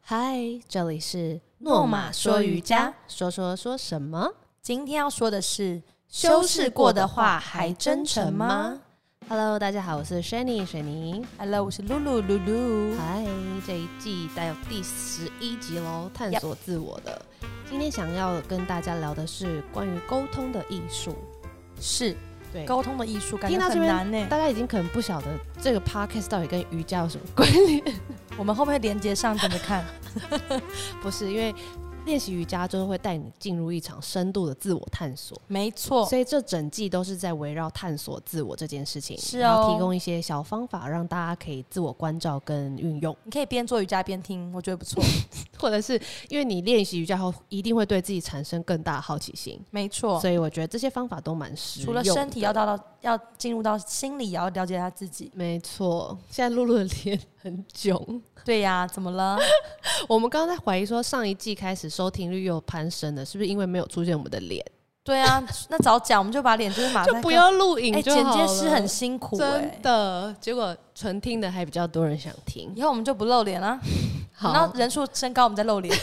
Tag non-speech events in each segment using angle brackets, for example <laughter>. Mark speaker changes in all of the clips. Speaker 1: 嗨，这里是
Speaker 2: 诺玛说瑜伽，
Speaker 1: 说说说什么？
Speaker 2: 今天要说的是，
Speaker 1: 修
Speaker 2: 修
Speaker 1: 饰
Speaker 2: 饰
Speaker 1: 过
Speaker 2: 过
Speaker 1: 的
Speaker 2: 的
Speaker 1: 话
Speaker 2: 话
Speaker 1: 还
Speaker 2: 还
Speaker 1: 真
Speaker 2: 真
Speaker 1: 诚
Speaker 2: 诚
Speaker 1: 吗
Speaker 2: 吗
Speaker 1: ？Hello，大家好，我是 Shani 水泥。
Speaker 2: Hello，我是露露露露。
Speaker 1: 嗨，这一季带有第十一集喽，探
Speaker 2: Yep
Speaker 1: 索自我的。今天想要跟大家聊的是关于沟通的艺术。
Speaker 2: 是
Speaker 1: 对
Speaker 2: 沟通的艺术，感觉
Speaker 1: 听到这
Speaker 2: 很
Speaker 1: 边
Speaker 2: 难呢。
Speaker 1: 大家已经可能不晓得这个 podcast 到底跟瑜伽有什么关联，
Speaker 2: 我们后面连接上等着看。
Speaker 1: <laughs> 不是因为练习瑜伽就是会带你进入一场深度的自我探索。
Speaker 2: 没错，
Speaker 1: 所以这整季都是在围绕探索自我这件事情，
Speaker 2: 是
Speaker 1: 然后
Speaker 2: 哦
Speaker 1: 提供一些小方法，让大家可以自我关照跟运用，
Speaker 2: 你可以边做瑜伽边听，我觉得不错。
Speaker 1: 或者是因为你练习瑜伽后，一定会对自己产生更大的好奇心，
Speaker 2: 没错，
Speaker 1: 所以我觉得这些方法都蛮实用
Speaker 2: 除
Speaker 1: 的。
Speaker 2: 了身体要到到要进入到心理，也要了解他自己。
Speaker 1: 没错，现在露露的脸很囧。
Speaker 2: 对呀、怎么了？
Speaker 1: <laughs> 我们刚刚在怀疑说，上一季开始收听率又攀升了，是不是因为没有出现我们的脸，
Speaker 2: 对啊，那早讲我们就把脸就是马
Speaker 1: 啊就
Speaker 2: 赛克
Speaker 1: 不要录影
Speaker 2: 哎，
Speaker 1: 就好
Speaker 2: 剪
Speaker 1: 了？
Speaker 2: 接师很辛苦哎、
Speaker 1: 真的，结果纯听的还比较多人想听。
Speaker 2: 以后我们就不露脸啦、
Speaker 1: 好，
Speaker 2: 等到人数升高，我们再露脸。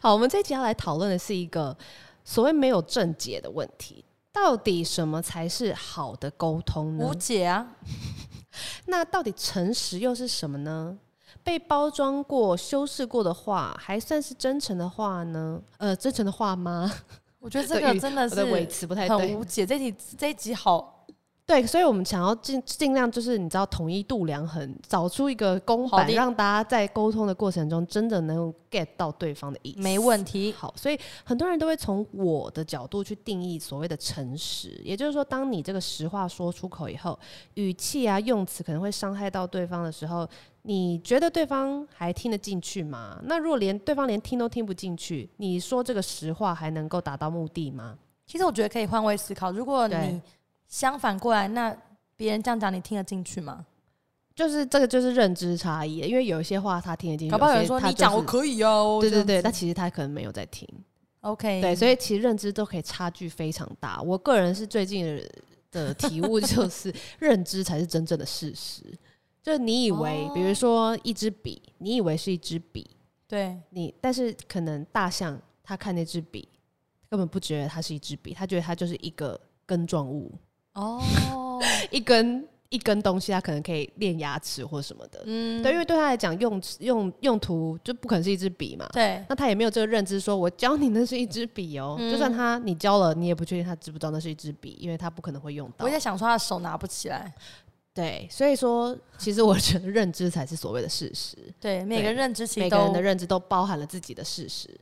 Speaker 1: 好，我们这集要来讨论的是一个所谓没有正解的问题。到底什么才是好的沟通呢
Speaker 2: 无？解啊，
Speaker 1: 那到底诚实又是什么呢？被包装过、修饰过的话，还算是真诚的话呢？呃，真诚的话吗？
Speaker 2: 我觉得这
Speaker 1: 我的
Speaker 2: 个
Speaker 1: 语
Speaker 2: 真
Speaker 1: 我
Speaker 2: 的呃是
Speaker 1: 的尾词不太
Speaker 2: 很
Speaker 1: 对。
Speaker 2: 无解。这一集这一集好
Speaker 1: 对，所以我们想要尽尽量就是你知道统一度量衡，找出一个公
Speaker 2: 好
Speaker 1: 版，
Speaker 2: 的
Speaker 1: 让大家在沟通的过程中真的能够 get 到对方的意思。
Speaker 2: 没问题，
Speaker 1: 好，所以很多人都会从我的角度去定义所谓的诚实，也就是说，当你这个实话说出口以后，语气啊、用词可能会伤害到对方的时候，你觉得对方还听得进去吗？那如果连对方连听都听不进去，你说这个实话还能够达到目的吗？
Speaker 2: 其实我觉得可以换位思考，如果
Speaker 1: 对
Speaker 2: 你相反过来，那别人这样讲，你听得进去吗？
Speaker 1: 就是这个就是认知差异，因为有一些话他听得进去，
Speaker 2: 搞不好有
Speaker 1: 嗯些
Speaker 2: 人说
Speaker 1: 他
Speaker 2: 你
Speaker 1: 就
Speaker 2: 讲我
Speaker 1: 是
Speaker 2: 可以哦，
Speaker 1: 对对
Speaker 2: 这
Speaker 1: 对，
Speaker 2: 样子
Speaker 1: 但其实他可能没有在听。
Speaker 2: OK，
Speaker 1: 对，所以其实认知都可以差距非常大。我个人是最近的的体悟就是，认知才是真正的事实。就是你以为，比如
Speaker 2: 哦
Speaker 1: 说一支笔，你以为是一支笔， <laughs>
Speaker 2: 对
Speaker 1: 你但是可能大象它看那支笔，根本不觉得它是一支笔，它觉得它就是一个根状物，
Speaker 2: 哦，
Speaker 1: 一根一根东西，它可能可以练牙齿或什么的。<laughs>
Speaker 2: 嗯
Speaker 1: 对，因为对它来讲，用用用途就不可能是一支笔嘛。
Speaker 2: 对
Speaker 1: 那他也没有这个认知，说我教你那是一支笔哦、
Speaker 2: 嗯
Speaker 1: 就算他你教了，你也不确定他知不知道那是一支笔，因为他不可能会用到
Speaker 2: 我。在想说他的手拿不起来，
Speaker 1: 对，所以说，其实我觉得认知才是所谓的事实，
Speaker 2: 对每个人认知其
Speaker 1: 每
Speaker 2: 实
Speaker 1: 个人
Speaker 2: 都
Speaker 1: 的认知都包含了自己的事实。
Speaker 2: <laughs>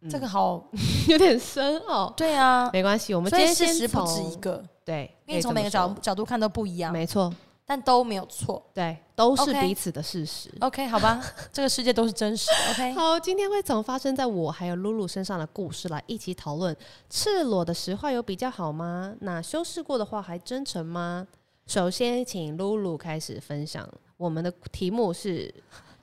Speaker 1: 嗯
Speaker 2: 这个好，
Speaker 1: 有点深奥、
Speaker 2: 对
Speaker 1: <laughs>
Speaker 2: 啊，
Speaker 1: 没关系，我们今
Speaker 2: 所以
Speaker 1: 天
Speaker 2: 事
Speaker 1: 先
Speaker 2: 实不止
Speaker 1: 从哎
Speaker 2: 一个，
Speaker 1: 对，
Speaker 2: 因为你从每个角角度看都不一
Speaker 1: 度
Speaker 2: 样，
Speaker 1: 没错，
Speaker 2: 但都没有错。
Speaker 1: 对，都是
Speaker 2: OK
Speaker 1: 彼此的事实。
Speaker 2: OK，好吧，这个世界都是真实的。OK，
Speaker 1: 好，今天会从发生在我还有露露身上的故事来一起讨论：赤裸的实话有比较好吗？那修饰过的话还真诚吗？首先，请露露开始分享。我们的题目是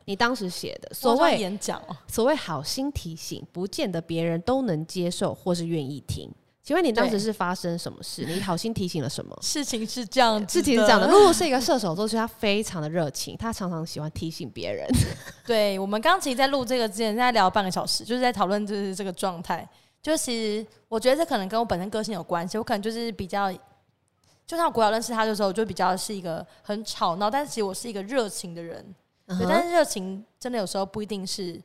Speaker 1: 你当时写的， <laughs> 所
Speaker 2: 我好像
Speaker 1: 谓
Speaker 2: 演讲哦，
Speaker 1: 所谓好心提醒，不见得别人都能接受或是愿意听。请问你当时
Speaker 2: 对？
Speaker 1: 是发生什么事？你好心提醒了什么
Speaker 2: 事情是这样子，
Speaker 1: 事 <laughs> 情是这样的，露露是一个射手座，所以她非常的热情，她常常喜欢提醒别人。
Speaker 2: <laughs> 对，我们刚刚其实，在录这个之前，在聊半个小时，就是在讨论就是这个状态。就其实我觉得这可能跟我本身个性有关系，我可能就是比较，就像我国小认识他的时候，我就比较是一个很吵闹，但是其实我是一个热情的人。
Speaker 1: 嗯
Speaker 2: 对，但是热情真的有时候不一定是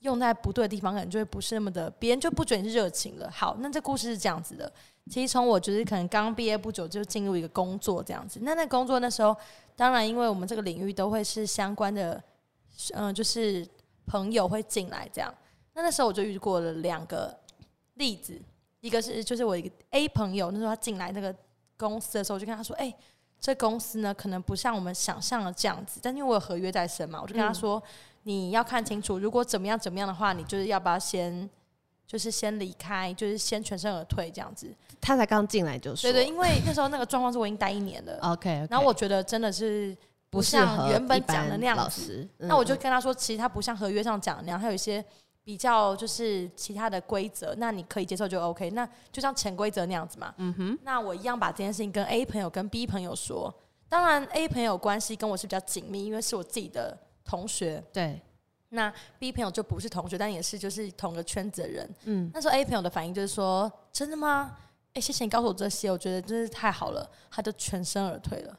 Speaker 2: 用在不对的地方，可能就会不是那么的，别人就不觉得你是热情了。好，那这故事是这样子的。其实从我就是可能刚毕业不久就进入一个工作这样子，那那工作那时候，当然因为我们这个领域都会是相关的，嗯、就是朋友会进来这样。那那时候我就遇过了两个例子，一个是就是我一个 A 朋友，那时候他进来那个公司的时候，我就跟他说：“哎、这公司呢，可能不像我们想象的这样子，但因为我有合约在身嘛，我就跟
Speaker 1: 嗯
Speaker 2: 他说，你要看清楚，如果怎么样怎么样的话，你就是要不要先，就是先离开，就是先全身而退这样子。
Speaker 1: 她才刚进来就说，
Speaker 2: 对对，因为那时候那个状况是我已经待一年了，
Speaker 1: 哦 OK，,
Speaker 2: 然后我觉得真的是
Speaker 1: 不
Speaker 2: 不
Speaker 1: 适合
Speaker 2: 像原本
Speaker 1: 一
Speaker 2: 讲的
Speaker 1: 般
Speaker 2: 那样
Speaker 1: 老
Speaker 2: 子，
Speaker 1: 师，
Speaker 2: 那我就
Speaker 1: 嗯
Speaker 2: 跟他说，其实他不像合约上讲的那样，还有一些比较就是其他的规则，那你可以接受就 OK。那就像潜规则那样子嘛。嗯哼。那我一样把这件事情跟 A 朋友跟 B 朋友说，当然 A 朋友关系跟我是比较紧密，因为是我自己的同学。
Speaker 1: 对，
Speaker 2: 那 B 朋友就不是同学，但也是就是同个圈子的人。
Speaker 1: 嗯，
Speaker 2: 那时候 A 朋友的反应就是说：“真的吗？哎、谢谢你告诉我这些，我觉得真是太好了。”他就全身而退了。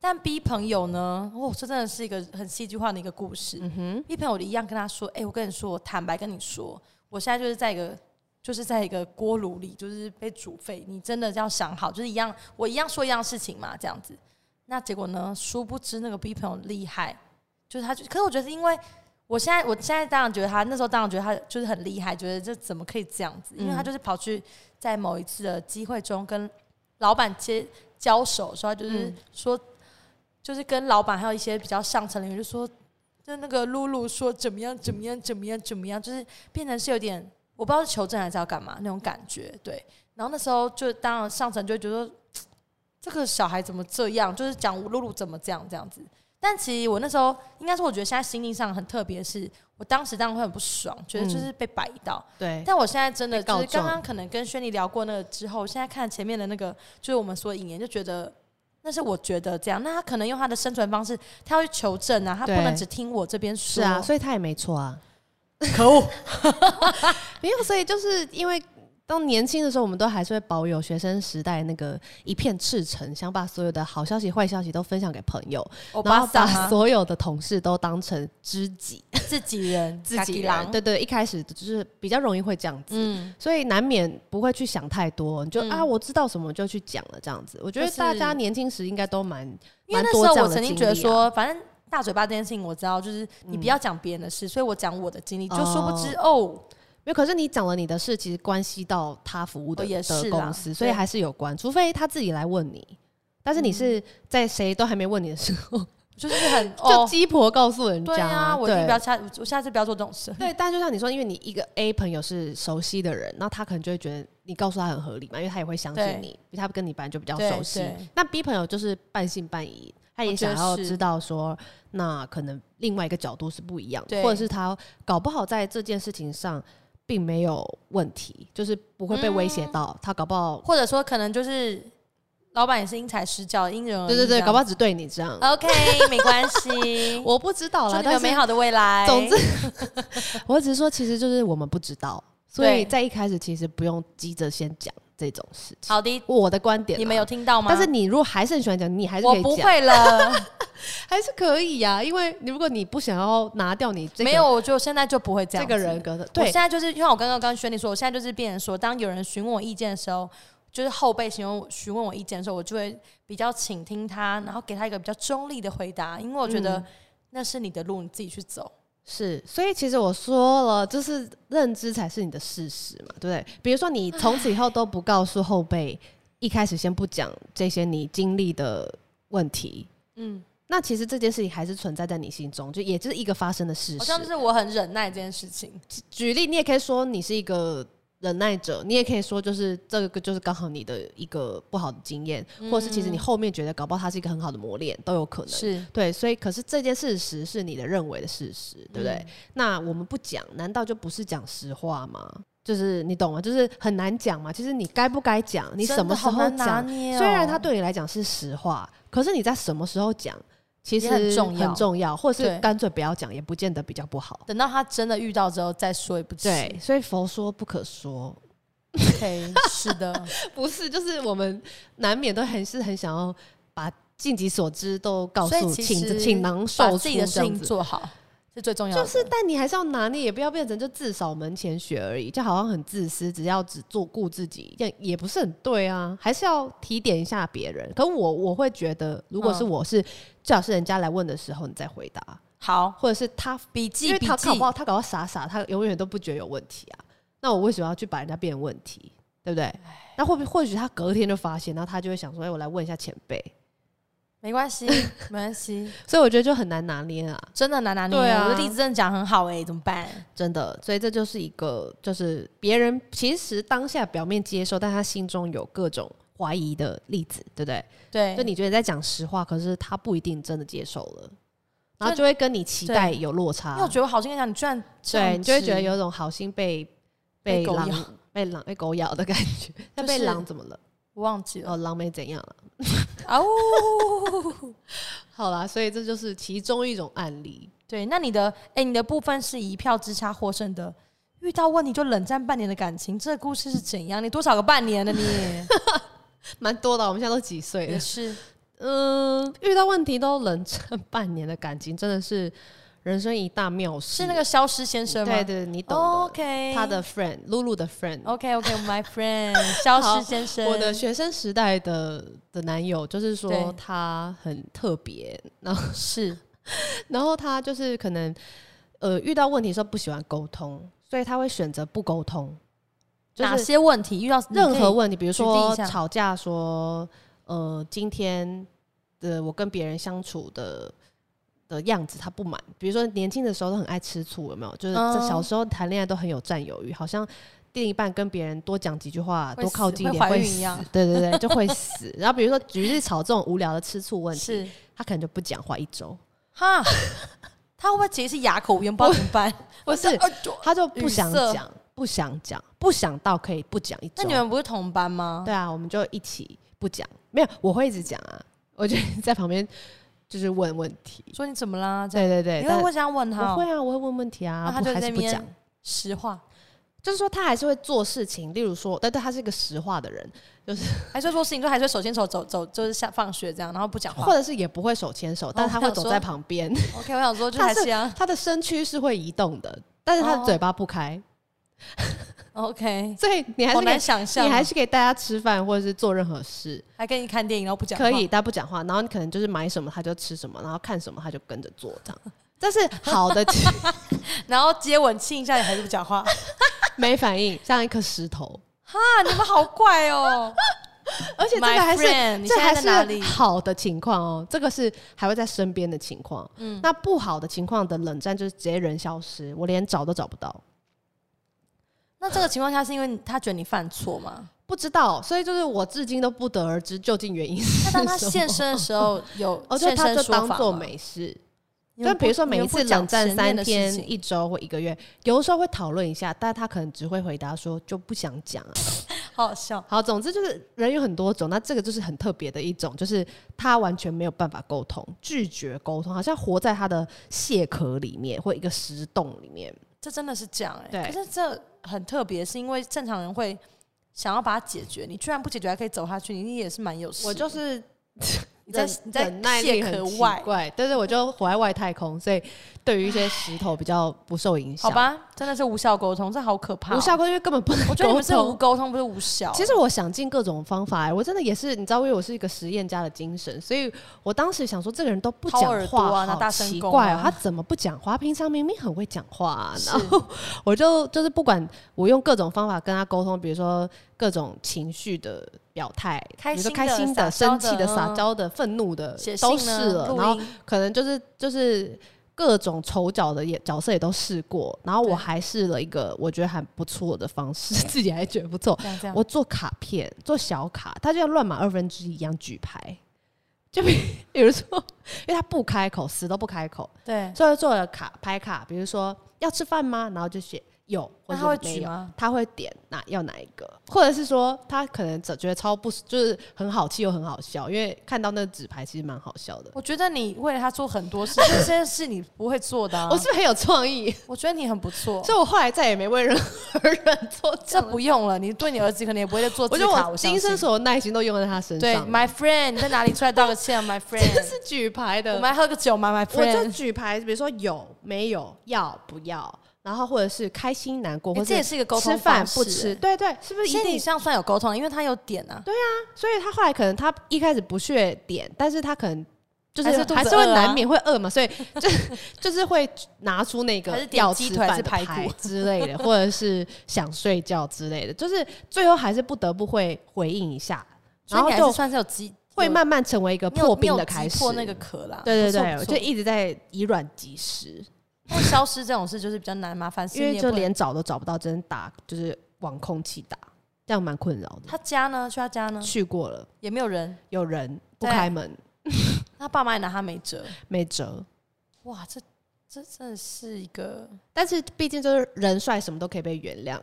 Speaker 2: 但 B 朋友呢？哦，这真的是一个很戏剧化的一个故事。
Speaker 1: 嗯哼，
Speaker 2: B 朋友我一样跟他说：“哎、我跟你说，我坦白跟你说，我现在就是在一个就是在一个锅炉里，就是被煮沸。你真的要想好，就是一样，我一样说一样事情嘛，这样子。那结果呢？殊不知那个 B 朋友厉害，就是他就，可是我觉得是因为。”我现在，我现在当然觉得他那时候当然觉得他就是很厉害，觉得这怎么可以这样子？因为他就是跑去在某一次的机会中跟老板接交手的时候，他就是
Speaker 1: 嗯
Speaker 2: 说，就是跟老板还有一些比较上层人员就说就那个露露说怎么样怎么样怎么样怎么样，就是变成是有点我不知道是求证还是要干嘛那种感觉，对。然后那时候就当然上层就会觉得说嘖这个小孩怎么这样，就是讲露露怎么这样这样子。但其实我那时候应该说，嗯我觉得现在心境上很特别，是我当时当然会很不爽，觉得就是被摆到。
Speaker 1: 对，
Speaker 2: 但我现在真的
Speaker 1: 被告
Speaker 2: 就是刚
Speaker 1: 状
Speaker 2: 刚可能跟轩丽聊过那个之后，我现在看前面的那个，就是我们所引言，就觉得那是我觉得这样。那他可能用他的生存方式，他要去求证啊，他不
Speaker 1: 对
Speaker 2: 能只听我这边
Speaker 1: 是
Speaker 2: 说。
Speaker 1: 啊，所以他也没错啊，
Speaker 2: 可恶！
Speaker 1: <laughs> 没有，所以就是因为当年轻的时候，我们都还是会保有学生时代那个一片赤诚，想把所有的好消息、坏消息都分享给朋友，
Speaker 2: 我
Speaker 1: 然
Speaker 2: 巴啊
Speaker 1: 后
Speaker 2: 萨
Speaker 1: 把
Speaker 2: 吗
Speaker 1: 所有的同事都当成知己，
Speaker 2: 自己人，
Speaker 1: 人
Speaker 2: 狼。
Speaker 1: 对对，一开始就是比较容易会这样子。
Speaker 2: 嗯，
Speaker 1: 所以难免不会去想太多，你就、
Speaker 2: 嗯
Speaker 1: 啊，我知道什么就去讲了，这样子。我觉得
Speaker 2: 就是
Speaker 1: 大家年轻时应该都蛮
Speaker 2: 因为
Speaker 1: 蛮
Speaker 2: 那
Speaker 1: 多这
Speaker 2: 时候
Speaker 1: 样的
Speaker 2: 我曾经觉得
Speaker 1: 经历啊嗯
Speaker 2: 说，反正大嘴巴这件事情我知道，就是你不要讲别人的事，所以我讲我的经历，就
Speaker 1: 哦
Speaker 2: 殊不知哦，
Speaker 1: 没有，可是你讲了你的事，其实关系到他服务的
Speaker 2: 哦也
Speaker 1: 的
Speaker 2: 是啦
Speaker 1: 公司，所以
Speaker 2: 对嗯
Speaker 1: 还是有关，除非他自己来问你。但是你是在谁都还没问你的时候，
Speaker 2: 就是
Speaker 1: <laughs>
Speaker 2: 很
Speaker 1: 就
Speaker 2: 哦，
Speaker 1: 鸡婆告诉人
Speaker 2: 对
Speaker 1: 家
Speaker 2: 啊，我一定
Speaker 1: 对
Speaker 2: 不要下，我我下次不要做这种事。
Speaker 1: <laughs> 对，但就像你说，因为你一个 A 朋友是熟悉的人，那他可能就会觉得你告诉他很合理嘛，因为他也会相信
Speaker 2: 对
Speaker 1: 你，因为他跟你本来就比较
Speaker 2: 对
Speaker 1: 熟悉
Speaker 2: 对。
Speaker 1: 那 B 朋友就是半信半疑，他也
Speaker 2: 我觉
Speaker 1: 想
Speaker 2: 得
Speaker 1: 要
Speaker 2: 是
Speaker 1: 知道说，那可能另外一个角度是不一样的，
Speaker 2: 对
Speaker 1: 或者是他搞不好在这件事情上并没有问题，就是不会被威胁
Speaker 2: 嗯
Speaker 1: 到，他搞不好，
Speaker 2: 或者说可能就是老板也是因材施教，因人而异
Speaker 1: 对对
Speaker 2: 这样子。
Speaker 1: 对，搞不好只对你这样，。
Speaker 2: OK，没关系
Speaker 1: 我不知道
Speaker 2: 祝
Speaker 1: 啦，
Speaker 2: 你们
Speaker 1: 但
Speaker 2: 有美
Speaker 1: 是
Speaker 2: 好的未来。
Speaker 1: 总之，我只是说，其实就是我们不知道，所以
Speaker 2: 对
Speaker 1: 在一开始其实不用急着先讲这种事情。
Speaker 2: 好的，
Speaker 1: 我的 <laughs> 观点啦，
Speaker 2: 你们有听到吗？
Speaker 1: 但是你如果还是很喜欢讲，你还是
Speaker 2: 我
Speaker 1: 可以
Speaker 2: 不
Speaker 1: 讲，
Speaker 2: 会了，
Speaker 1: 还是可以呀、因为你如果你不想要拿掉你 <laughs> 这个
Speaker 2: 没有，我就现在就不会这
Speaker 1: 这
Speaker 2: 样。
Speaker 1: 个人，格的，
Speaker 2: 我
Speaker 1: 对
Speaker 2: 现，在就是，就像我刚刚跟轩丽说，我现在就是变成说，当有人询问我意见的时候，就是后辈询问我询问我意见的时候，我就会比较倾听他，然后给他一个比较中立的回答，因为我觉得那是你的路，你自己去走。
Speaker 1: 是，所以其实我说了，就是认知才是你的事实嘛，对不对？比如说你从此以后都不告诉后辈，一开始先不讲这些你经历的问题，
Speaker 2: 嗯，
Speaker 1: 那其实这件事情还是存在在你心中，就也就是一个发生的事实。
Speaker 2: 好像就是我很忍耐这件事情。
Speaker 1: 举例，你也可以说你是一个忍耐者，你也可以说就是这个就是刚好你的一个不好的经验，或者是其实你后面觉得搞不好它是一个很好的磨练，都有可能。
Speaker 2: 嗯是，
Speaker 1: 对，所以可是这件事实是你的认为的事实，对不对？
Speaker 2: 嗯
Speaker 1: 那我们不讲，难道就不是讲实话吗？就是你懂吗？就是很难讲嘛。其实你该不该讲，你什么时候
Speaker 2: 真的好难拿
Speaker 1: 讲？
Speaker 2: 捏哦
Speaker 1: 虽然它对你来讲是实话，可是你在什么时候讲，其实
Speaker 2: 也很重要
Speaker 1: 很重要，或者是
Speaker 2: 对
Speaker 1: 干脆不要讲，也不见得比较不好。
Speaker 2: 等到他真的遇到之后再说也不迟。
Speaker 1: 对，所以佛说不可说，
Speaker 2: <laughs> ，OK，是的，
Speaker 1: <laughs> 不是，就是我们难免都很是很想要把尽己所知都告
Speaker 2: 所以
Speaker 1: 诉，
Speaker 2: 其
Speaker 1: 请
Speaker 2: 实
Speaker 1: 请囊
Speaker 2: 把
Speaker 1: 受
Speaker 2: 自己的
Speaker 1: 出这
Speaker 2: 事
Speaker 1: 样
Speaker 2: 情
Speaker 1: 子。
Speaker 2: 做好是最重要的。
Speaker 1: 就是，但你还是要拿捏，也不要变成就自扫门前雪而已，就好像很自私，只要只做顾自己，也也不是很对啊，还是要提点一下别人。可我我会觉得，如果是
Speaker 2: 嗯
Speaker 1: 我是，最好是人家来问的时候你再回答，
Speaker 2: 好，
Speaker 1: 或者是他
Speaker 2: 笔
Speaker 1: 因
Speaker 2: 记
Speaker 1: 为
Speaker 2: 笔
Speaker 1: 他
Speaker 2: 记
Speaker 1: 搞不好他搞到傻傻，他永远都不觉得有问题啊。那我为什么要去把人家变成问题，对不对？那会不会或许他隔天就发现，然后他就会想说：“哎、我来问一下前辈。
Speaker 2: 没关系，没关 <laughs> 系，”
Speaker 1: 所以我觉得就很难拿捏啊，
Speaker 2: 真的难拿捏。
Speaker 1: 对啊
Speaker 2: 我的例子真的讲很好哎、怎么办？
Speaker 1: 真的。所以这就是一个，就是别人其实当下表面接受，但他心中有各种怀疑的例子，对不对？
Speaker 2: 对，
Speaker 1: 就你觉得你在讲实话，可是他不一定真的接受了，然后就会跟你期
Speaker 2: 对
Speaker 1: 待有落
Speaker 2: 因为我
Speaker 1: 差，
Speaker 2: 觉得我好心跟你讲，你居然这样
Speaker 1: 对，你就会觉得
Speaker 2: 子
Speaker 1: 有种好心被
Speaker 2: 被狗
Speaker 1: 狼
Speaker 2: 咬
Speaker 1: <laughs> 被狼被狗咬的感觉。那
Speaker 2: 就
Speaker 1: 被
Speaker 2: 是
Speaker 1: 狼怎么了？
Speaker 2: 我忘记了哦
Speaker 1: 哦，狼没怎样了。哦
Speaker 2: 啊呜。
Speaker 1: 好啦，所以这就是其中一种案例。
Speaker 2: <laughs> 对，那你的哎、你的部分是一票之差获胜的。遇到问题就冷战半年的感情，这个故事是怎样？你多少个半年了你？
Speaker 1: 蛮多的，我们现在都几岁
Speaker 2: 也
Speaker 1: 了？
Speaker 2: 是，
Speaker 1: <laughs> 嗯，遇到问题都冷战 <laughs> 半年的感情，真的是人生一大妙事。
Speaker 2: 是那个消失先生吗？
Speaker 1: 对对，你懂的。
Speaker 2: o k
Speaker 1: 他的 friend 露露的 friend，、
Speaker 2: OK OK，My、friend 消
Speaker 1: 好
Speaker 2: 失先生，
Speaker 1: 我的学生时代的的男友，就是
Speaker 2: 对
Speaker 1: 说他很特别，
Speaker 2: 是
Speaker 1: <laughs> 然后他就是可能呃遇到问题的时候不喜欢沟通，所以他会选择不沟通，就
Speaker 2: 哪
Speaker 1: 是
Speaker 2: 些问题遇到
Speaker 1: 任何
Speaker 2: 题？
Speaker 1: 问题，比如
Speaker 2: 举例一
Speaker 1: 说
Speaker 2: 下
Speaker 1: 吵架说呃今天的我跟别人相处的。的样子他不满，比如说年轻的时候都很爱吃醋，有没有？就是这
Speaker 2: 嗯
Speaker 1: 小时候谈恋爱都很有占有欲，好像另一半跟别人多讲几句话，
Speaker 2: 会
Speaker 1: 多靠
Speaker 2: 死
Speaker 1: 近一
Speaker 2: 会
Speaker 1: 点
Speaker 2: 怀
Speaker 1: 会
Speaker 2: 孕
Speaker 1: 死
Speaker 2: 一样，
Speaker 1: 对对对，就会死。然后比如说举例吵这种无聊的吃醋问题，
Speaker 2: 是
Speaker 1: 他可能就不讲话一周，
Speaker 2: 哈，他会不会其实是哑口无言，不知道怎么办？
Speaker 1: 不是
Speaker 2: 啊就
Speaker 1: 他就不想
Speaker 2: 语塞
Speaker 1: 讲，不想讲，不想到可以不讲一周
Speaker 2: 那。你们不是同班吗？
Speaker 1: 对啊，我们就一起不讲。没有，我会一直讲啊，我就在旁边就是问问题。
Speaker 2: 说你怎么啦？这样
Speaker 1: 对对对，
Speaker 2: 哦你
Speaker 1: 但
Speaker 2: 会会这样问他
Speaker 1: 我
Speaker 2: 哦？
Speaker 1: 会啊，我会问问题啊，
Speaker 2: 那他
Speaker 1: 不
Speaker 2: 就
Speaker 1: 还
Speaker 2: 在
Speaker 1: 是
Speaker 2: 那
Speaker 1: 不
Speaker 2: 边
Speaker 1: 讲。
Speaker 2: 实话，
Speaker 1: 就是说，他还是会做事情，例如说，但对他是一个实话的人，
Speaker 2: 还是说事情就还是手牵手走走，就是下放学这样，然后不讲话
Speaker 1: 或。者是也不会手牵手，但是他
Speaker 2: 我
Speaker 1: 会
Speaker 2: 想
Speaker 1: 走
Speaker 2: 哦说
Speaker 1: 在旁边，
Speaker 2: OK，我想说就
Speaker 1: 他
Speaker 2: 还
Speaker 1: 是
Speaker 2: 是啊
Speaker 1: 他的身躯是会移动的，但是他
Speaker 2: 哦
Speaker 1: 的嘴巴不开，
Speaker 2: ，OK，
Speaker 1: 所以你还
Speaker 2: 好
Speaker 1: 是可以
Speaker 2: 难想象哦，
Speaker 1: 你还是可以带他吃饭或者是做任何事，
Speaker 2: 还跟你看电影，然后不讲话
Speaker 1: 可以，但不讲话。然后你可能就是买什么他就吃什么，然后看什么他就跟着做这样。但是好的 <laughs>
Speaker 2: 然后接吻亲一下也还是不讲话， <laughs>
Speaker 1: 没反应，像一颗石头，
Speaker 2: 哈，你们好怪哦。
Speaker 1: 而且这个
Speaker 2: My
Speaker 1: 还
Speaker 2: friend，
Speaker 1: 是
Speaker 2: 你
Speaker 1: 这
Speaker 2: 现在
Speaker 1: 还
Speaker 2: 在哪
Speaker 1: <laughs>
Speaker 2: 里
Speaker 1: 是好的情况哦，这个是还会在身边的情况。嗯，那不好的情况的冷战就是直接人消失，我连找都找不到，
Speaker 2: 那这个情况下是因为他觉得你犯错吗？
Speaker 1: 不知道，所以就是我至今都不得而知究竟原因是
Speaker 2: 那
Speaker 1: 什
Speaker 2: 当
Speaker 1: 么 <laughs>
Speaker 2: 他。现身的时候 <laughs> 有
Speaker 1: 哦，就
Speaker 2: 现
Speaker 1: 他
Speaker 2: 身
Speaker 1: 就
Speaker 2: 说
Speaker 1: 当
Speaker 2: 法
Speaker 1: 做
Speaker 2: 吗
Speaker 1: 没事，
Speaker 2: 你
Speaker 1: 就
Speaker 2: 们
Speaker 1: 比如
Speaker 2: 不
Speaker 1: 说
Speaker 2: 你
Speaker 1: 每一
Speaker 2: 们不
Speaker 1: 次
Speaker 2: 讲
Speaker 1: 冷战
Speaker 2: 前面
Speaker 1: 三
Speaker 2: 的事
Speaker 1: 天、
Speaker 2: 情
Speaker 1: 一周或一个月，有的时候会讨论一下，但他可能只会回答说就不想讲啊。
Speaker 2: 好好笑。
Speaker 1: 好，总之就是人有很多种，那这个就是很特别的一种，就是他完全没有办法沟通，拒绝沟通，好像活在他的蟹壳里面或一个石洞里面。
Speaker 2: 这真的是这样哎、
Speaker 1: 对
Speaker 2: 可是这很特别，是因为正常人会想要把它解决，你居然不解决还可以走下去，你也是蛮有事。
Speaker 1: 我 <laughs> 就是
Speaker 2: 你在
Speaker 1: 忍
Speaker 2: 你在
Speaker 1: 忍耐力
Speaker 2: 蟹
Speaker 1: 很
Speaker 2: 壳
Speaker 1: 奇
Speaker 2: 外，
Speaker 1: 怪，对对，我就活在外太空，所以对于一些石头比较不受影响。
Speaker 2: 好，吧，真的是无效沟通，这好可怕、
Speaker 1: 无效，沟通因为根本不能
Speaker 2: 我觉得你
Speaker 1: 沟
Speaker 2: 们是无
Speaker 1: 通。
Speaker 2: 沟通，不是无效。
Speaker 1: 其实我想尽各种方法、哎，我真的也是，你知道，因为我是一个实验家的精神，所以我当时想说，这个人都不讲
Speaker 2: 掏耳朵
Speaker 1: 话，
Speaker 2: 啊拿
Speaker 1: 好
Speaker 2: 大声
Speaker 1: 奇
Speaker 2: 公
Speaker 1: 怪、
Speaker 2: 啊
Speaker 1: 他怎么不讲话？平常明明很会讲话、啊，
Speaker 2: 是
Speaker 1: 然
Speaker 2: <laughs>
Speaker 1: 后我就就是不管我用各种方法跟他沟通，比如说各种情绪的表态，
Speaker 2: 开
Speaker 1: 比如说
Speaker 2: 心
Speaker 1: 开
Speaker 2: 的
Speaker 1: 心
Speaker 2: 撒
Speaker 1: 的、生
Speaker 2: 娇
Speaker 1: 气的、
Speaker 2: 的
Speaker 1: 撒
Speaker 2: 嗯
Speaker 1: 娇的、愤怒的
Speaker 2: 写，信
Speaker 1: 都
Speaker 2: 呢
Speaker 1: 试了，
Speaker 2: 录
Speaker 1: 然后
Speaker 2: 音
Speaker 1: 可能就是就是各种丑角的也角色也都试过，然后
Speaker 2: 对
Speaker 1: 我还试了一个我觉得还不错的方式， <laughs> 自己还觉得不错，
Speaker 2: 这样这样，
Speaker 1: 我做卡片，做小卡，他就像乱码二分之一一样举牌。 <laughs> 就比比如说，因为他不开口，死都不开口，
Speaker 2: 对，
Speaker 1: 所以做了卡拍卡，比如说要吃饭吗？然后就写有，或
Speaker 2: 那
Speaker 1: 者
Speaker 2: 他会
Speaker 1: 是没
Speaker 2: 举
Speaker 1: 有。
Speaker 2: 吗？
Speaker 1: 他会点哪要哪一个，或者是说他可能只觉得超不就是很好气又很好笑，因为看到那个纸牌其实蛮好笑的。
Speaker 2: 我觉得你为了他做
Speaker 1: <laughs>
Speaker 2: 很多事，这些事你不会做的、啊。哦
Speaker 1: 我是不是很有创意？
Speaker 2: 我觉得你很不错，
Speaker 1: 所以我后来再也没为任何人做这
Speaker 2: 这
Speaker 1: 样的
Speaker 2: 不用了，你对你儿子可能也不会再做
Speaker 1: 我
Speaker 2: 字
Speaker 1: 觉得
Speaker 2: 卡。
Speaker 1: 我
Speaker 2: 相
Speaker 1: 今生
Speaker 2: 信
Speaker 1: 所有耐心都用在他身
Speaker 2: 对
Speaker 1: 上。
Speaker 2: ，My friend，你在哪里出来道个歉啊？My
Speaker 1: <laughs> 这
Speaker 2: friend，
Speaker 1: 是举牌的，
Speaker 2: 我们来喝个酒吗？My
Speaker 1: 我就
Speaker 2: friend，
Speaker 1: 举牌，比如说有没有，要不要，然后或者是开心难过，
Speaker 2: 你
Speaker 1: 或
Speaker 2: 这
Speaker 1: 者
Speaker 2: 也是一个沟通
Speaker 1: 吃饭
Speaker 2: 方式
Speaker 1: 不吃，对对，是不是一
Speaker 2: 其实你
Speaker 1: 定？
Speaker 2: 这样算有沟通，因为他有点啊，
Speaker 1: 所以他后来可能他一开始不屑点，但是他可能。就
Speaker 2: 还
Speaker 1: 是
Speaker 2: 是肚子
Speaker 1: 还是会
Speaker 2: 饿啊
Speaker 1: 难免会饿嘛，所以 <laughs> 就是就是会拿出那个
Speaker 2: 还是点
Speaker 1: 要
Speaker 2: 鸡
Speaker 1: 吃
Speaker 2: 腿还
Speaker 1: 饭
Speaker 2: 是
Speaker 1: 的
Speaker 2: 排
Speaker 1: 牌
Speaker 2: 骨
Speaker 1: <laughs> 之类的，或者是想睡觉之类的，就是最后还是不得不会回应一下，
Speaker 2: 所以
Speaker 1: 然后
Speaker 2: 你还是
Speaker 1: 就
Speaker 2: 算是有击，
Speaker 1: 会
Speaker 2: 有
Speaker 1: 慢慢成为一个
Speaker 2: 你有
Speaker 1: 破
Speaker 2: 你有
Speaker 1: 冰的开
Speaker 2: 击
Speaker 1: 始。
Speaker 2: 破那个壳啦。
Speaker 1: 对对
Speaker 2: 不错
Speaker 1: 对，
Speaker 2: 不
Speaker 1: 我
Speaker 2: 错
Speaker 1: 就一直在以软击石。
Speaker 2: 但消失这种事就是比较难，麻烦是
Speaker 1: 因
Speaker 2: 你
Speaker 1: 为
Speaker 2: 也
Speaker 1: 就
Speaker 2: 不能
Speaker 1: 连找都找不到，只能打就是往空气打，这样蛮困扰的。
Speaker 2: 他家呢，去他家呢
Speaker 1: 去过了，
Speaker 2: 也没有人，
Speaker 1: 有人不
Speaker 2: 嗯对
Speaker 1: 开门，
Speaker 2: 他爸妈也拿他没辙。
Speaker 1: 没辙。
Speaker 2: 哇，这这真的是一个 <laughs>
Speaker 1: 但是毕竟就是人帅，什么都可以被原谅。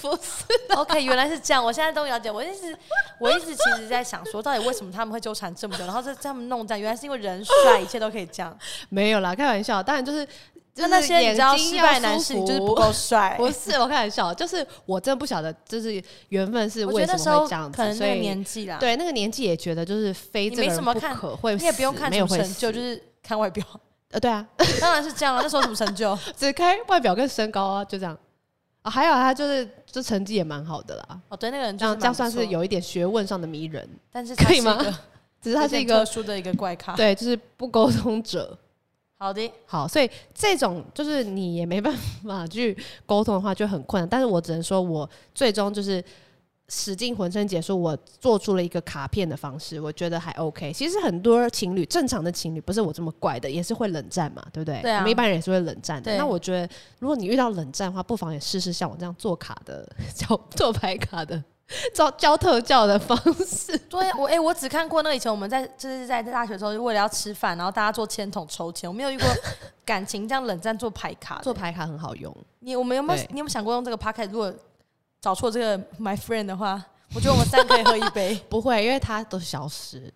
Speaker 1: 不是，
Speaker 2: OK，原来是这样，我现在都了解。我一直，我一直其实在想说，到底为什么他们会纠缠这么久，然后这这么弄在，原来是因为人帅，一切都可以这样。
Speaker 1: 没有啦，开玩笑。当然就是， <laughs> 就
Speaker 2: 那
Speaker 1: 是
Speaker 2: 那些你
Speaker 1: 眼
Speaker 2: 知道
Speaker 1: 睛
Speaker 2: 失
Speaker 1: 要
Speaker 2: 败男
Speaker 1: 舒
Speaker 2: 士，你
Speaker 1: 服
Speaker 2: 就是
Speaker 1: <laughs>
Speaker 2: 不够帅。
Speaker 1: 不是，我开玩笑，就是我真的不晓得，就是缘分是
Speaker 2: 我觉
Speaker 1: 为
Speaker 2: 得
Speaker 1: 什
Speaker 2: 那时
Speaker 1: 么
Speaker 2: 候
Speaker 1: 会这样
Speaker 2: 可
Speaker 1: 子，
Speaker 2: 能
Speaker 1: 所
Speaker 2: 那个
Speaker 1: 以
Speaker 2: 年纪啦，，
Speaker 1: 对那个年纪也觉得就是非
Speaker 2: 你
Speaker 1: 这个
Speaker 2: 没
Speaker 1: 人
Speaker 2: 什么
Speaker 1: 不
Speaker 2: 看
Speaker 1: 可会死，
Speaker 2: 你也不用看
Speaker 1: 没
Speaker 2: 什
Speaker 1: 有
Speaker 2: 么
Speaker 1: 会
Speaker 2: 成就，
Speaker 1: 死，
Speaker 2: 就是看外表。 <laughs>
Speaker 1: 呃对啊，
Speaker 2: 当然是这样了，那时候什么成
Speaker 1: <laughs>
Speaker 2: 就？
Speaker 1: 只看外表跟身高啊，就这样。啊，还有他就是就成绩也蛮好的啦，
Speaker 2: 哦，对，那个人
Speaker 1: 这
Speaker 2: 就
Speaker 1: 样
Speaker 2: 是蛮
Speaker 1: 这样算
Speaker 2: 不
Speaker 1: 是
Speaker 2: 错，
Speaker 1: 有一点学问上的迷人，
Speaker 2: 但是
Speaker 1: 可以吗
Speaker 2: 他是一个
Speaker 1: 只是 <laughs> 他
Speaker 2: 有
Speaker 1: 是
Speaker 2: 点
Speaker 1: 一个
Speaker 2: 特殊的一个怪咖。
Speaker 1: 对，就是不沟通者。
Speaker 2: 好的，
Speaker 1: 好，所以这种就是你也没办法去沟通的话，就很困难。但是我只能说，我最终就是使尽浑身解数，我做出了一个卡片的方式，我觉得还 OK。其实很多情侣，正常的情侣不是我这么怪的，也是会冷战嘛，对不对？
Speaker 2: 对啊
Speaker 1: 我们一般人也是会冷战的。
Speaker 2: 对
Speaker 1: 那我觉得，如果你遇到冷战的话，不妨也试试像我这样做卡的 <laughs> 教做牌卡的。教教特教的方式，
Speaker 2: 对我哎、我只看过那个以前我们在就是在大学的时候，为了要吃饭，然后大家做签筒筹钱，我没有
Speaker 1: <laughs>
Speaker 2: 遇过感情这样冷战 <laughs> 做牌卡的。
Speaker 1: 做牌卡很好用。
Speaker 2: 你我们有没有
Speaker 1: 对
Speaker 2: 你有没有想过用这个 p o c k e t 如果找出这个 my friend 的话，我觉得我们三个可以喝
Speaker 1: <laughs>。
Speaker 2: 一杯
Speaker 1: 不会，因为它都消失。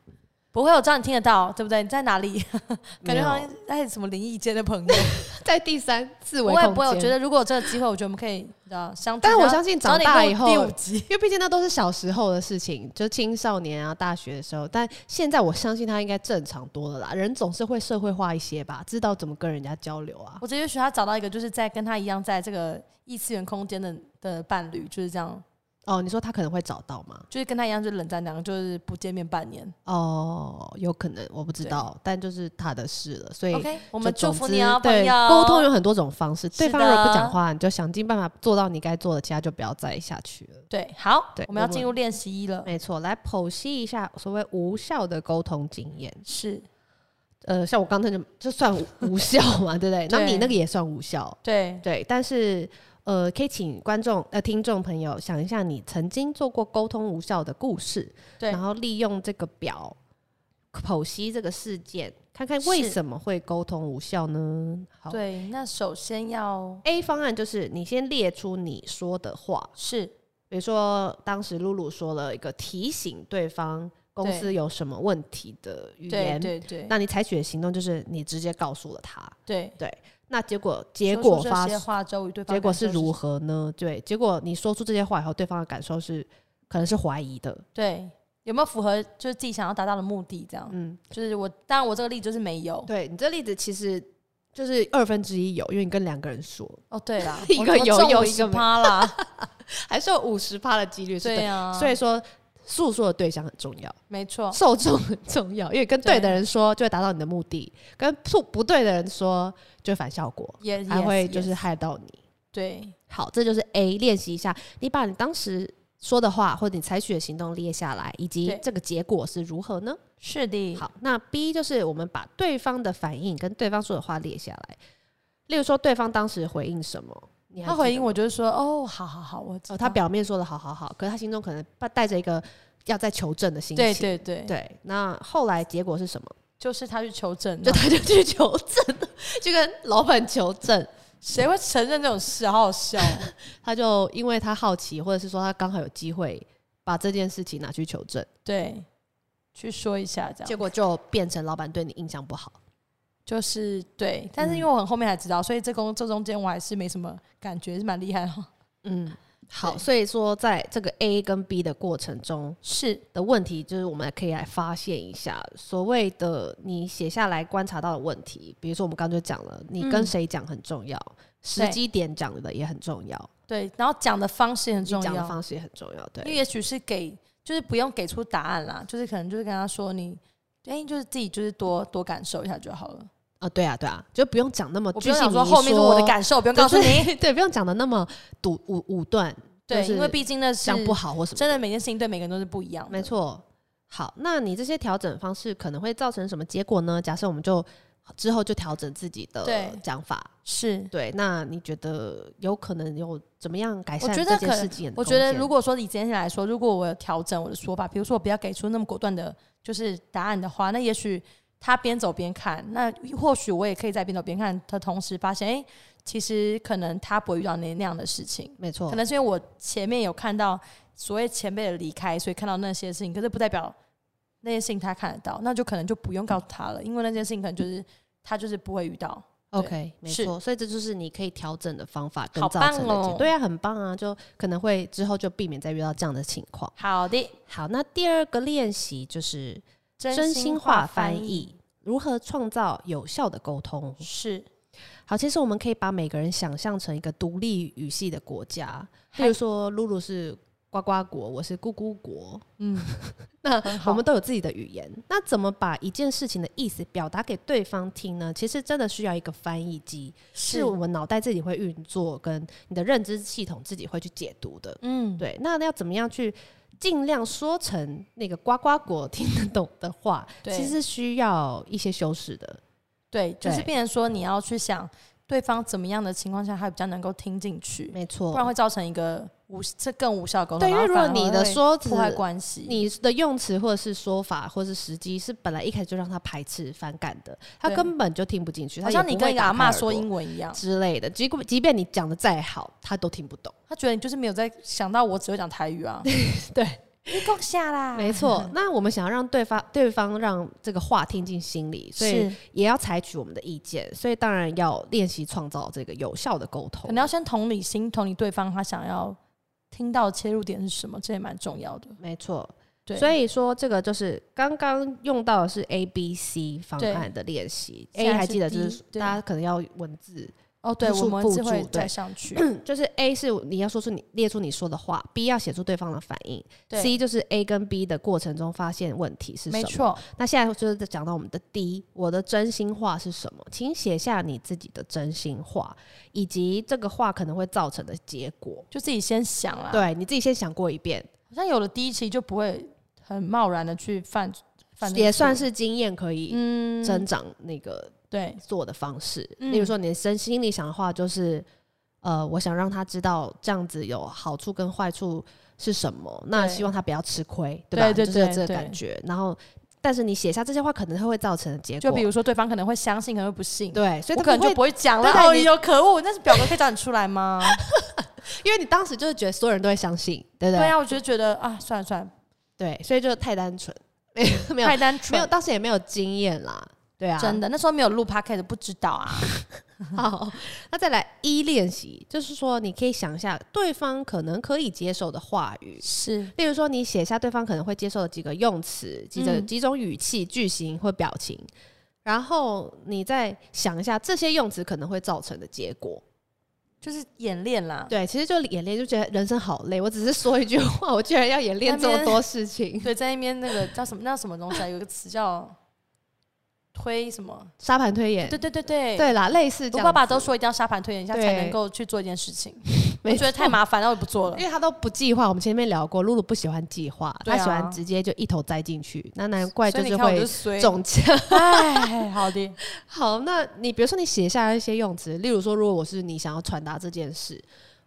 Speaker 2: 不会，我知道你听得到，对不对？你在哪里？ <laughs> 感
Speaker 1: 没
Speaker 2: 觉
Speaker 1: 有
Speaker 2: 好像哎什么灵异间的朋友。
Speaker 1: 在第三次
Speaker 2: 不
Speaker 1: 维
Speaker 2: 会
Speaker 1: 空
Speaker 2: 不会，我
Speaker 1: 间
Speaker 2: 觉得如果有这个机会，我觉得我们可以你知道相聚。
Speaker 1: 但是我
Speaker 2: 然后
Speaker 1: 相信
Speaker 2: 找
Speaker 1: 长
Speaker 2: 你
Speaker 1: 大
Speaker 2: 录
Speaker 1: 以后
Speaker 2: 第五集
Speaker 1: 因为毕竟那都是小时候的事情，就是青少年啊、大学的时候。但现在我相信他应该正常多了啦，人总是会社会化一些吧，知道怎么跟人家交流啊。
Speaker 2: 我直接许他找到一个就是在跟他一样在这个异次元空间的的伴侣，就是这样，
Speaker 1: 哦，你说他可能会找到吗？
Speaker 2: 就是跟他一样就冷战两个，就是不见面半年。
Speaker 1: 哦，有可能，我不知道，但就是他的事了，所以。
Speaker 2: OK，我们
Speaker 1: 就
Speaker 2: 祝
Speaker 1: 总
Speaker 2: 福
Speaker 1: 之
Speaker 2: 你哦，朋
Speaker 1: 对，
Speaker 2: 友。
Speaker 1: 沟通有很多种方式，对
Speaker 2: 是
Speaker 1: 方如果不
Speaker 2: 的
Speaker 1: 讲话，你就想尽办法做到你该做的，其他就不要再下去了。
Speaker 2: 对，好
Speaker 1: 对，
Speaker 2: 我们要
Speaker 1: 我们
Speaker 2: 进入练习一了。
Speaker 1: 没错，来剖析一下所谓无效的沟通经验。
Speaker 2: 是，
Speaker 1: 呃，像我刚才就就算无无效嘛，对不对？那
Speaker 2: 对
Speaker 1: 你那个也算无效，
Speaker 2: 对，
Speaker 1: 对。但是呃，可以请观众呃听众朋友想一下，你曾经做过沟通无效的故事，
Speaker 2: 对
Speaker 1: 然后利用这个表剖析这个事件，看看为
Speaker 2: 是
Speaker 1: 什么会沟通无效呢？好
Speaker 2: 对，那首先要
Speaker 1: ，A 方案就是你先列出你说的话，
Speaker 2: 是
Speaker 1: 比如说当时露露说了一个提醒对方公
Speaker 2: 对
Speaker 1: 司有什么问题的语
Speaker 2: 对
Speaker 1: 言，
Speaker 2: 对对
Speaker 1: 那你采取的行动就是你直接告诉了他。
Speaker 2: 对，
Speaker 1: 那结果结
Speaker 2: 说
Speaker 1: 果
Speaker 2: 出
Speaker 1: 发
Speaker 2: 这些话之后，与对方
Speaker 1: 结果
Speaker 2: 感受
Speaker 1: 是如何呢？对，结果你说出这些话以后，对方的感受是可能是怀疑的。
Speaker 2: 对有没有符合就是自己想要达到的目的？这样，
Speaker 1: 嗯，
Speaker 2: 就是我当然我这个例子就是没有。
Speaker 1: 对你这例子其实就是二分之一有，因为你跟两个人说，，
Speaker 2: 哦，对 <laughs> 啦
Speaker 1: 一个有有一个没
Speaker 2: 趴
Speaker 1: <laughs>
Speaker 2: 啦，
Speaker 1: 还是有五十趴的嗯几率是
Speaker 2: 对
Speaker 1: 对。
Speaker 2: 啊，
Speaker 1: 所以说，诉说的对象很重要，
Speaker 2: 没错，
Speaker 1: 受众很重要，因为跟对的人说就会达到你的目的，跟不不对的人说就会反效果，
Speaker 2: 也
Speaker 1: 还
Speaker 2: yes，
Speaker 1: 会就
Speaker 2: yes，
Speaker 1: 是害到你。
Speaker 2: 对
Speaker 1: 好，这就是 A 练习一下，你把你当时说的话或者你采取的行动列下来，以及
Speaker 2: 对
Speaker 1: 这个结果是如何呢？
Speaker 2: 是的，
Speaker 1: 好，那 B 就是我们把对方的反应跟对方说的话列下来，例如说对方当时回应什么，你还
Speaker 2: 他
Speaker 1: 记得
Speaker 2: 回应
Speaker 1: 吗
Speaker 2: 我就是说，哦，好好好，我知
Speaker 1: 哦，他
Speaker 2: 道
Speaker 1: 表面说的好好好，可是他心中可能带带着一个要再求证的心情。
Speaker 2: 对对对，
Speaker 1: 对那后来结果是什么？
Speaker 2: 就是他去求证啊，
Speaker 1: 就他就去求证，就跟老板求证。
Speaker 2: 谁会承认这种事啊？好好笑哦，
Speaker 1: 他就因为他好奇，或者是说他刚好有机会把这件事情拿去求证，
Speaker 2: 对，去说一下这样
Speaker 1: 结。果就变成老板对你印象不好。
Speaker 2: 就是
Speaker 1: 嗯
Speaker 2: 对，但是因为我很后面才知道，所以这公这中间我还是没什么感觉，是蛮厉害的。哦
Speaker 1: 嗯，好，
Speaker 2: 对
Speaker 1: 所以说在这个 A 跟 B 的过程中
Speaker 2: 是
Speaker 1: 的问题，就是我们可以来发现一下所谓的你写下来观察到的问题，比如说我们刚刚就讲了，你跟
Speaker 2: 嗯
Speaker 1: 谁讲很重要，时
Speaker 2: 对
Speaker 1: 机点讲的也很重要，
Speaker 2: 对，然后讲的方式也很
Speaker 1: 你
Speaker 2: 重
Speaker 1: 讲的
Speaker 2: 要，
Speaker 1: 方式也很重要，
Speaker 2: 因为
Speaker 1: 对。
Speaker 2: 也许是给，就是不用给出答案啦，就是可能就是跟他说你，哎、就是自己就是多多感受一下就好了。
Speaker 1: 啊，对啊，对啊，就不用讲那么
Speaker 2: 我不
Speaker 1: 具
Speaker 2: 用
Speaker 1: 体
Speaker 2: 想
Speaker 1: 说
Speaker 2: 说后面是我的感受，不用告诉你。
Speaker 1: 你， <laughs> 对，不用讲的那么独武武断，
Speaker 2: 对，
Speaker 1: 就是
Speaker 2: 因为毕竟那是
Speaker 1: 讲不好或什么的。
Speaker 2: 真的每件事情对每个人都是不一样的。
Speaker 1: 没，错。好，那你这些调整方式可能会造成什么结果呢？假设我们就之后就调整自己
Speaker 2: 对
Speaker 1: 的讲法，
Speaker 2: 是。
Speaker 1: 对，那你觉得有可能有怎么样改善
Speaker 2: 我觉
Speaker 1: 这
Speaker 2: 得
Speaker 1: 件
Speaker 2: 可
Speaker 1: 事情的
Speaker 2: 我
Speaker 1: 空
Speaker 2: 觉
Speaker 1: 间？
Speaker 2: 得，如果说以今天来说，如果我有调整我的说法，比如说我不要给出那么果断的，就是答案的话，那也许他边走边看，那或许我也可以在边走边看的同时发现，哎、其实可能他不会遇到那那样的事情，
Speaker 1: 没错
Speaker 2: 可，能是因为我前面有看到所谓前辈的离开，所以看到那些事情，可是不代表那些事情他看得到，那就可能就不用告诉他了，因为那件事情可能就是他就是不会遇到。
Speaker 1: OK，没
Speaker 2: 是
Speaker 1: 错，所以这就是你可以调整的方法跟
Speaker 2: 好
Speaker 1: 造
Speaker 2: 棒
Speaker 1: 成的结
Speaker 2: 哦
Speaker 1: 对啊，很棒啊，就可能会之后就避免再遇到这样的情况。
Speaker 2: 好的，
Speaker 1: 好，那第二个练习就是真
Speaker 2: 真
Speaker 1: 心话
Speaker 2: 话
Speaker 1: 翻
Speaker 2: 译
Speaker 1: 译，如何创造有效的沟通？
Speaker 2: 是
Speaker 1: 好，其实我们可以把每个人想象成一个独立语系的国家，比如说露露是呱呱国，我是咕咕国，
Speaker 2: 嗯，
Speaker 1: 那
Speaker 2: 很好
Speaker 1: 我们都有自己的语言。那怎么把一件事情的意思表达给对方听呢？其实真的需要一个翻译机，是我们脑袋自己会运作，跟你的认知系统自己会去解读的。
Speaker 2: 嗯，
Speaker 1: 对，那要怎么样去尽量说成那个呱呱国听得懂的话，
Speaker 2: 对
Speaker 1: 其实需要一些修饰的。
Speaker 2: 对，就是
Speaker 1: 对
Speaker 2: 变成说你要去想对方怎么样的情况下，他比较能够听进去，
Speaker 1: 没
Speaker 2: 不然
Speaker 1: 错，
Speaker 2: 会造成一个无这更无效的沟通。
Speaker 1: 嗯对，因为
Speaker 2: 然后
Speaker 1: 如果
Speaker 2: 反而
Speaker 1: 你的
Speaker 2: 会
Speaker 1: 说辞
Speaker 2: 破坏关系，
Speaker 1: 你的用词或者是说法或是时机是本来一开始就让他排斥反感的，他
Speaker 2: 对
Speaker 1: 根本就听不进去，他
Speaker 2: 好
Speaker 1: 也
Speaker 2: 像
Speaker 1: 不
Speaker 2: 你
Speaker 1: 会
Speaker 2: 跟一个
Speaker 1: 打
Speaker 2: 阿
Speaker 1: 开
Speaker 2: 嬷
Speaker 1: 耳朵
Speaker 2: 说英文一样，
Speaker 1: 之类的，即即便你讲的再好，他都听不懂。
Speaker 2: 他觉得你就是没有在想到我只会讲台语啊。
Speaker 1: <laughs> 对，
Speaker 2: 你够下啦，
Speaker 1: 没
Speaker 2: <laughs>
Speaker 1: 错，那我们想要让对方对方让这个话听进心里，所以
Speaker 2: 是
Speaker 1: 也要采取我们的意见，所以当然要练习创造这个有效的沟通
Speaker 2: 可。能要先同理心，同理对方他想要听到的切入点是什么，这也蛮重要的。
Speaker 1: 没错，
Speaker 2: 对，
Speaker 1: 所
Speaker 2: 以
Speaker 1: 以说这个就是刚刚用到的是 A B C 方案的练习
Speaker 2: 现在
Speaker 1: ，A
Speaker 2: 是
Speaker 1: 还记得就是
Speaker 2: D，对
Speaker 1: 大家可能要文字，
Speaker 2: 哦，对，
Speaker 1: 复
Speaker 2: 我们
Speaker 1: 述
Speaker 2: 是会
Speaker 1: 对嗯
Speaker 2: 再上去，
Speaker 1: 就是 A 是你要说出你列出你说的话，B 要写出对方的反应
Speaker 2: 对
Speaker 1: ，C 就是 A 跟 B 的过程中发现问题是什
Speaker 2: 没
Speaker 1: 么。
Speaker 2: 错，
Speaker 1: 那现在就是在讲到我们的第一，我的真心话是什么？请写下你自己的真心话，以及这个话可能会造成的结果。
Speaker 2: 就自己先想啦。，
Speaker 1: 对，你自己先想过一遍，
Speaker 2: 好像有了第一期就不会很贸然的去犯犯这个
Speaker 1: 也
Speaker 2: 错
Speaker 1: 算是经验可以
Speaker 2: 嗯
Speaker 1: 增长那个
Speaker 2: 对
Speaker 1: 做的方式。
Speaker 2: 嗯
Speaker 1: 例如说，你的身心里想的话就是，呃，我想让他知道这样子有好处跟坏处是什么，那
Speaker 2: 对
Speaker 1: 希望他不要吃亏，对吧？
Speaker 2: 对对
Speaker 1: 就是有
Speaker 2: 对
Speaker 1: 这个
Speaker 2: 对
Speaker 1: 感觉。然后，但是你写下这些话可能会造成的结果，
Speaker 2: 就比如说对方可能会相信，可能会不信，
Speaker 1: 对，所以
Speaker 2: 我
Speaker 1: 他
Speaker 2: 可能
Speaker 1: 不会
Speaker 2: 就不会讲了。
Speaker 1: 对对
Speaker 2: 哦，
Speaker 1: 你
Speaker 2: 有可恶，但是表格可以找你出来吗？
Speaker 1: 因为你当时就是觉得所有人都会相信， <laughs> 对不
Speaker 2: 对
Speaker 1: 对？
Speaker 2: 啊，我就觉得啊，算了算了，
Speaker 1: 对所以就太单纯，没有没有
Speaker 2: 太单纯，
Speaker 1: 没有，当时也没有经验啦，对啊， <laughs>
Speaker 2: 真
Speaker 1: 的。
Speaker 2: 的，那时候没有录 p o d c a s t 不知道啊。
Speaker 1: 好，那再来一练习，就是说你可以想一下对方可能可以接受的话语，
Speaker 2: 是，
Speaker 1: 例如说你写下对方可能会接受的几个用词、几个
Speaker 2: 嗯
Speaker 1: 几种语气、句型或表情，然后你再想一下这些用词可能会造成的结果。
Speaker 2: 就是演练啦。
Speaker 1: 对，其实就演练，就觉得人生好累。我只是说一句话，我居然要演练这么多事情。
Speaker 2: 对，在那边那个叫什么，那叫什么东西啊？有一个词叫推什么？
Speaker 1: 沙盘推演，
Speaker 2: 对对对对。
Speaker 1: 对啦，类似这
Speaker 2: 我
Speaker 1: 样。
Speaker 2: 爸爸都，说一定要沙盘推演一下才
Speaker 1: 对
Speaker 2: 能够去做一件事情，我
Speaker 1: <laughs> 没
Speaker 2: 觉得太麻烦了，我也不做了
Speaker 1: 因。为他都不计划。我们前面聊过，露露不喜欢计划，
Speaker 2: 对
Speaker 1: 她
Speaker 2: 啊
Speaker 1: 喜欢直接就一头栽进去。那难怪
Speaker 2: 所
Speaker 1: 就
Speaker 2: 以你
Speaker 1: 是
Speaker 2: 看我就
Speaker 1: 会
Speaker 2: 衰。
Speaker 1: 中枪。 <laughs>
Speaker 2: 哎，好的，
Speaker 1: 好，那你比如说你写下一些用词，例如说，如果我是你想要传达这件事。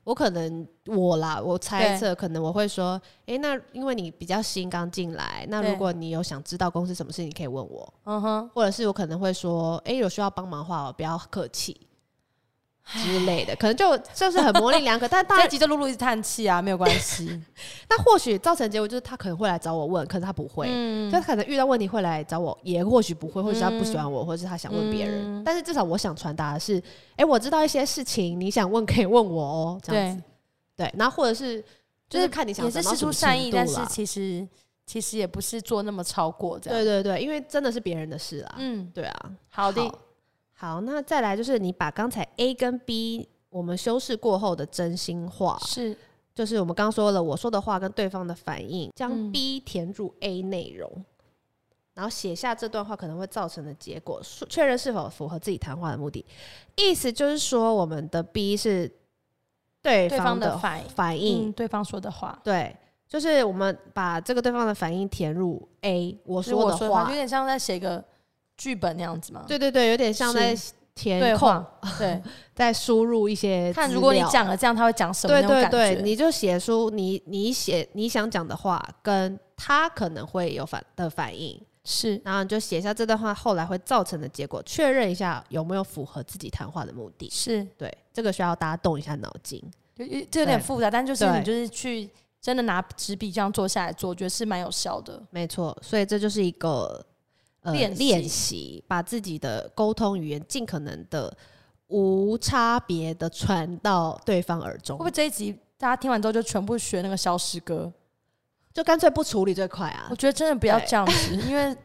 Speaker 1: 我可能我啦，我猜测可能我会说，诶，那因为你比较新刚进来，那
Speaker 2: 对
Speaker 1: 如果你有想知道公司什么事，你可以问我，
Speaker 2: 嗯哼，
Speaker 1: 或者是我可能会说，诶，有需要帮忙的话，我不要客气之类的，可能就就是很模棱两可，但大
Speaker 2: 这
Speaker 1: 家
Speaker 2: 一集就露露一直叹气啊，没有关系。
Speaker 1: 那或许造成结果就是他可能会来找我问，可是他不会，
Speaker 2: 嗯
Speaker 1: 就他可能遇到问题会来找我，也或许不会，或许他不喜欢我，或者是他想问别人。
Speaker 2: 嗯
Speaker 1: 但是至少我想传达的是，哎、我知道一些事情，你想问可以问我哦，这样
Speaker 2: 对
Speaker 1: 子，对。然后或者是就是看你想
Speaker 2: 也是
Speaker 1: 长到
Speaker 2: 事
Speaker 1: 什
Speaker 2: 出
Speaker 1: 么
Speaker 2: 善
Speaker 1: 程
Speaker 2: 意，
Speaker 1: 度
Speaker 2: 但是
Speaker 1: 啦
Speaker 2: 其实其实也不是做那么超过这样。
Speaker 1: 对对对，因为真的是别人的事啦，
Speaker 2: 嗯，
Speaker 1: 对啊。
Speaker 2: 好的，
Speaker 1: 好，那再来就是你把刚才 A 跟 B 我们修饰过后的真心话，
Speaker 2: 是
Speaker 1: 就是我们刚说了，我说的话跟对方的反应，将
Speaker 2: 嗯
Speaker 1: B 填入 A 内容，然后写下这段话可能会造成的结果，说确认是否符合自己谈话的目的。意思就是说，我们的 B 是对
Speaker 2: 对
Speaker 1: 方
Speaker 2: 方
Speaker 1: 的
Speaker 2: 的反嗯
Speaker 1: 反应，
Speaker 2: 应，对方说的话，
Speaker 1: 对，就是我们把这个对方的反应填入 A 我
Speaker 2: 就是我
Speaker 1: 说的
Speaker 2: 的话，
Speaker 1: 话
Speaker 2: 有，点像在写一个剧本那样子嘛。
Speaker 1: 对对对，有点像在
Speaker 2: 对
Speaker 1: 填空
Speaker 2: 话，
Speaker 1: <laughs>
Speaker 2: 对，
Speaker 1: 在输入一些
Speaker 2: 看
Speaker 1: 资
Speaker 2: 如果你
Speaker 1: 料
Speaker 2: 讲了这样，他会讲什么
Speaker 1: 对
Speaker 2: 那种
Speaker 1: 对
Speaker 2: 感觉。
Speaker 1: 对，你就写出你你写你想讲的话，跟他可能会有反的反应，
Speaker 2: 是
Speaker 1: 然后你就写下这段话后来会造成的结果，确认一下有没有符合自己谈话的目的。
Speaker 2: 是，
Speaker 1: 对，这个需要大家动一下脑筋。
Speaker 2: 有有这有点
Speaker 1: 对
Speaker 2: 复杂，但就是
Speaker 1: 对
Speaker 2: 你就是去真的拿纸笔这样做下来做，我觉得是蛮有效的。
Speaker 1: 没错，所以这就是一个呃
Speaker 2: 练习
Speaker 1: 练习，把自己的沟通语言尽可能的无差别的传到对方耳
Speaker 2: 会
Speaker 1: 中
Speaker 2: 不，会这一集大家听完之后就全部学那个消失歌？
Speaker 1: 就干脆不处理最快啊
Speaker 2: 我。觉得真的不要
Speaker 1: 对
Speaker 2: 这样子，
Speaker 1: <laughs>
Speaker 2: 因为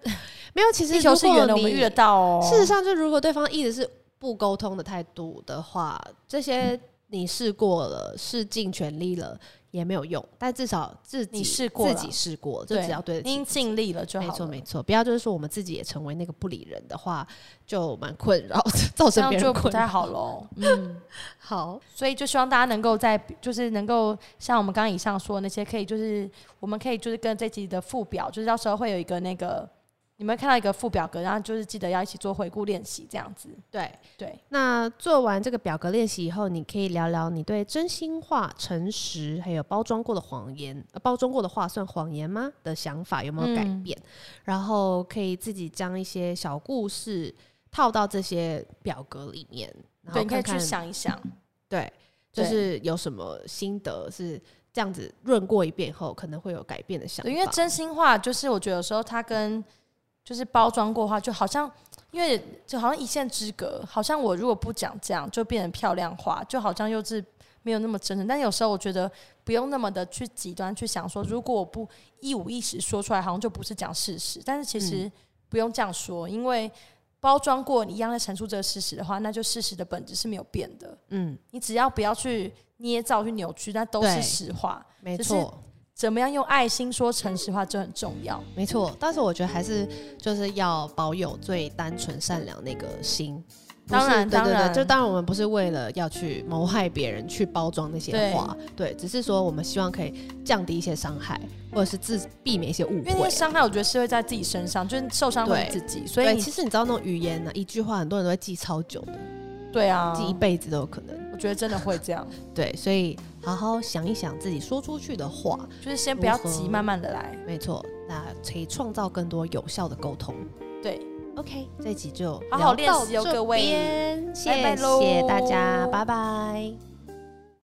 Speaker 1: 没有，其实
Speaker 2: 地球是
Speaker 1: 如果
Speaker 2: 圆的，我
Speaker 1: 你
Speaker 2: 们遇得到哦。
Speaker 1: 事实上，就如果对方一直是不沟通的态度的话，这些
Speaker 2: 嗯
Speaker 1: 你试过了，试尽全力了也没有用，但至少自己
Speaker 2: 你试过了
Speaker 1: 自己试过，就
Speaker 2: 对，
Speaker 1: 只要对得
Speaker 2: 已经
Speaker 1: 起。
Speaker 2: 尽力了就好
Speaker 1: 没
Speaker 2: 了。
Speaker 1: 错，没错，不要就是说我们自己也成为那个不理人的话，就蛮困扰 <laughs> 的，造
Speaker 2: 这
Speaker 1: 成
Speaker 2: 样
Speaker 1: 别
Speaker 2: 就
Speaker 1: 人
Speaker 2: 不
Speaker 1: 困
Speaker 2: 太
Speaker 1: 扰。<laughs>
Speaker 2: 好喽。嗯，
Speaker 1: 好，
Speaker 2: 所以就希望大家能够在，就是能够像我们刚刚以上说的那些，可以就是我们可以就是跟这集的附表，就是到时候会有一个那个，你们会看到一个附表格，然后就是记得要一起做回顾练习这样子。
Speaker 1: 对，
Speaker 2: 对，
Speaker 1: 那做完这个表格练习以后，你可以聊聊你对真心话、诚实，还有包装过的谎言，呃、包装过的话算谎言吗的想法有没有改
Speaker 2: 嗯
Speaker 1: 变？然后可以自己将一些小故事套到这些表格里面，然
Speaker 2: 对，
Speaker 1: 后
Speaker 2: 你可以
Speaker 1: 看
Speaker 2: 去
Speaker 1: 看
Speaker 2: 想一想。
Speaker 1: 对，就
Speaker 2: 对
Speaker 1: 是有什么心得是这样子润过一遍后可能会有改变的想法，
Speaker 2: 对，因为真心话就是我觉得有时候它跟就是包装过话，就好像因为就好像一线之隔，好像我如果不讲这样就变成漂亮话，就好像又是没有那么真诚。但有时候我觉得不用那么的去极端去想说，如果我不一五一十说出来，好像就不是讲事实。但是其
Speaker 1: 嗯
Speaker 2: 实不用这样说，因为包装过你一样在陈述这个事实的话，那就事实的本质是没有变的。
Speaker 1: 嗯，
Speaker 2: 你只要不要去捏造、去扭曲，那都
Speaker 1: 对
Speaker 2: 是实话。
Speaker 1: 没
Speaker 2: 就是
Speaker 1: 错。
Speaker 2: 怎么样用爱心说诚实话，这很重要。
Speaker 1: 没错，但是我觉得还是就是要保有最单纯善良那个心。不是
Speaker 2: 当然
Speaker 1: 对对
Speaker 2: 当
Speaker 1: 对，
Speaker 2: 然
Speaker 1: 就当然我们不是为了要去谋害别人去包装那些
Speaker 2: 对
Speaker 1: 话，对，只是说我们希望可以降低一些伤害，或者是自避免一些误
Speaker 2: 因为那
Speaker 1: 会
Speaker 2: 些。伤害，我觉得是会在自己身上，就是受伤会
Speaker 1: 对
Speaker 2: 是自己，所以
Speaker 1: 对，
Speaker 2: 你
Speaker 1: 其实你知道那种语言啊呢、一句话很多人都会记超久的，
Speaker 2: 对啊，
Speaker 1: 记一辈子都有可能。
Speaker 2: 我觉得真的会这样，
Speaker 1: 对，所以好好想一想自己说出去的话，
Speaker 2: 就是先不要
Speaker 1: 如何
Speaker 2: 急，慢慢的来。
Speaker 1: 没错，那可以创造更多有效的沟通。
Speaker 2: 对，
Speaker 1: OK，这一集就
Speaker 2: 好好
Speaker 1: 聊到
Speaker 2: 练习哦
Speaker 1: 这
Speaker 2: 各位
Speaker 1: 边谢
Speaker 2: 拜拜喽
Speaker 1: 谢大家，拜拜。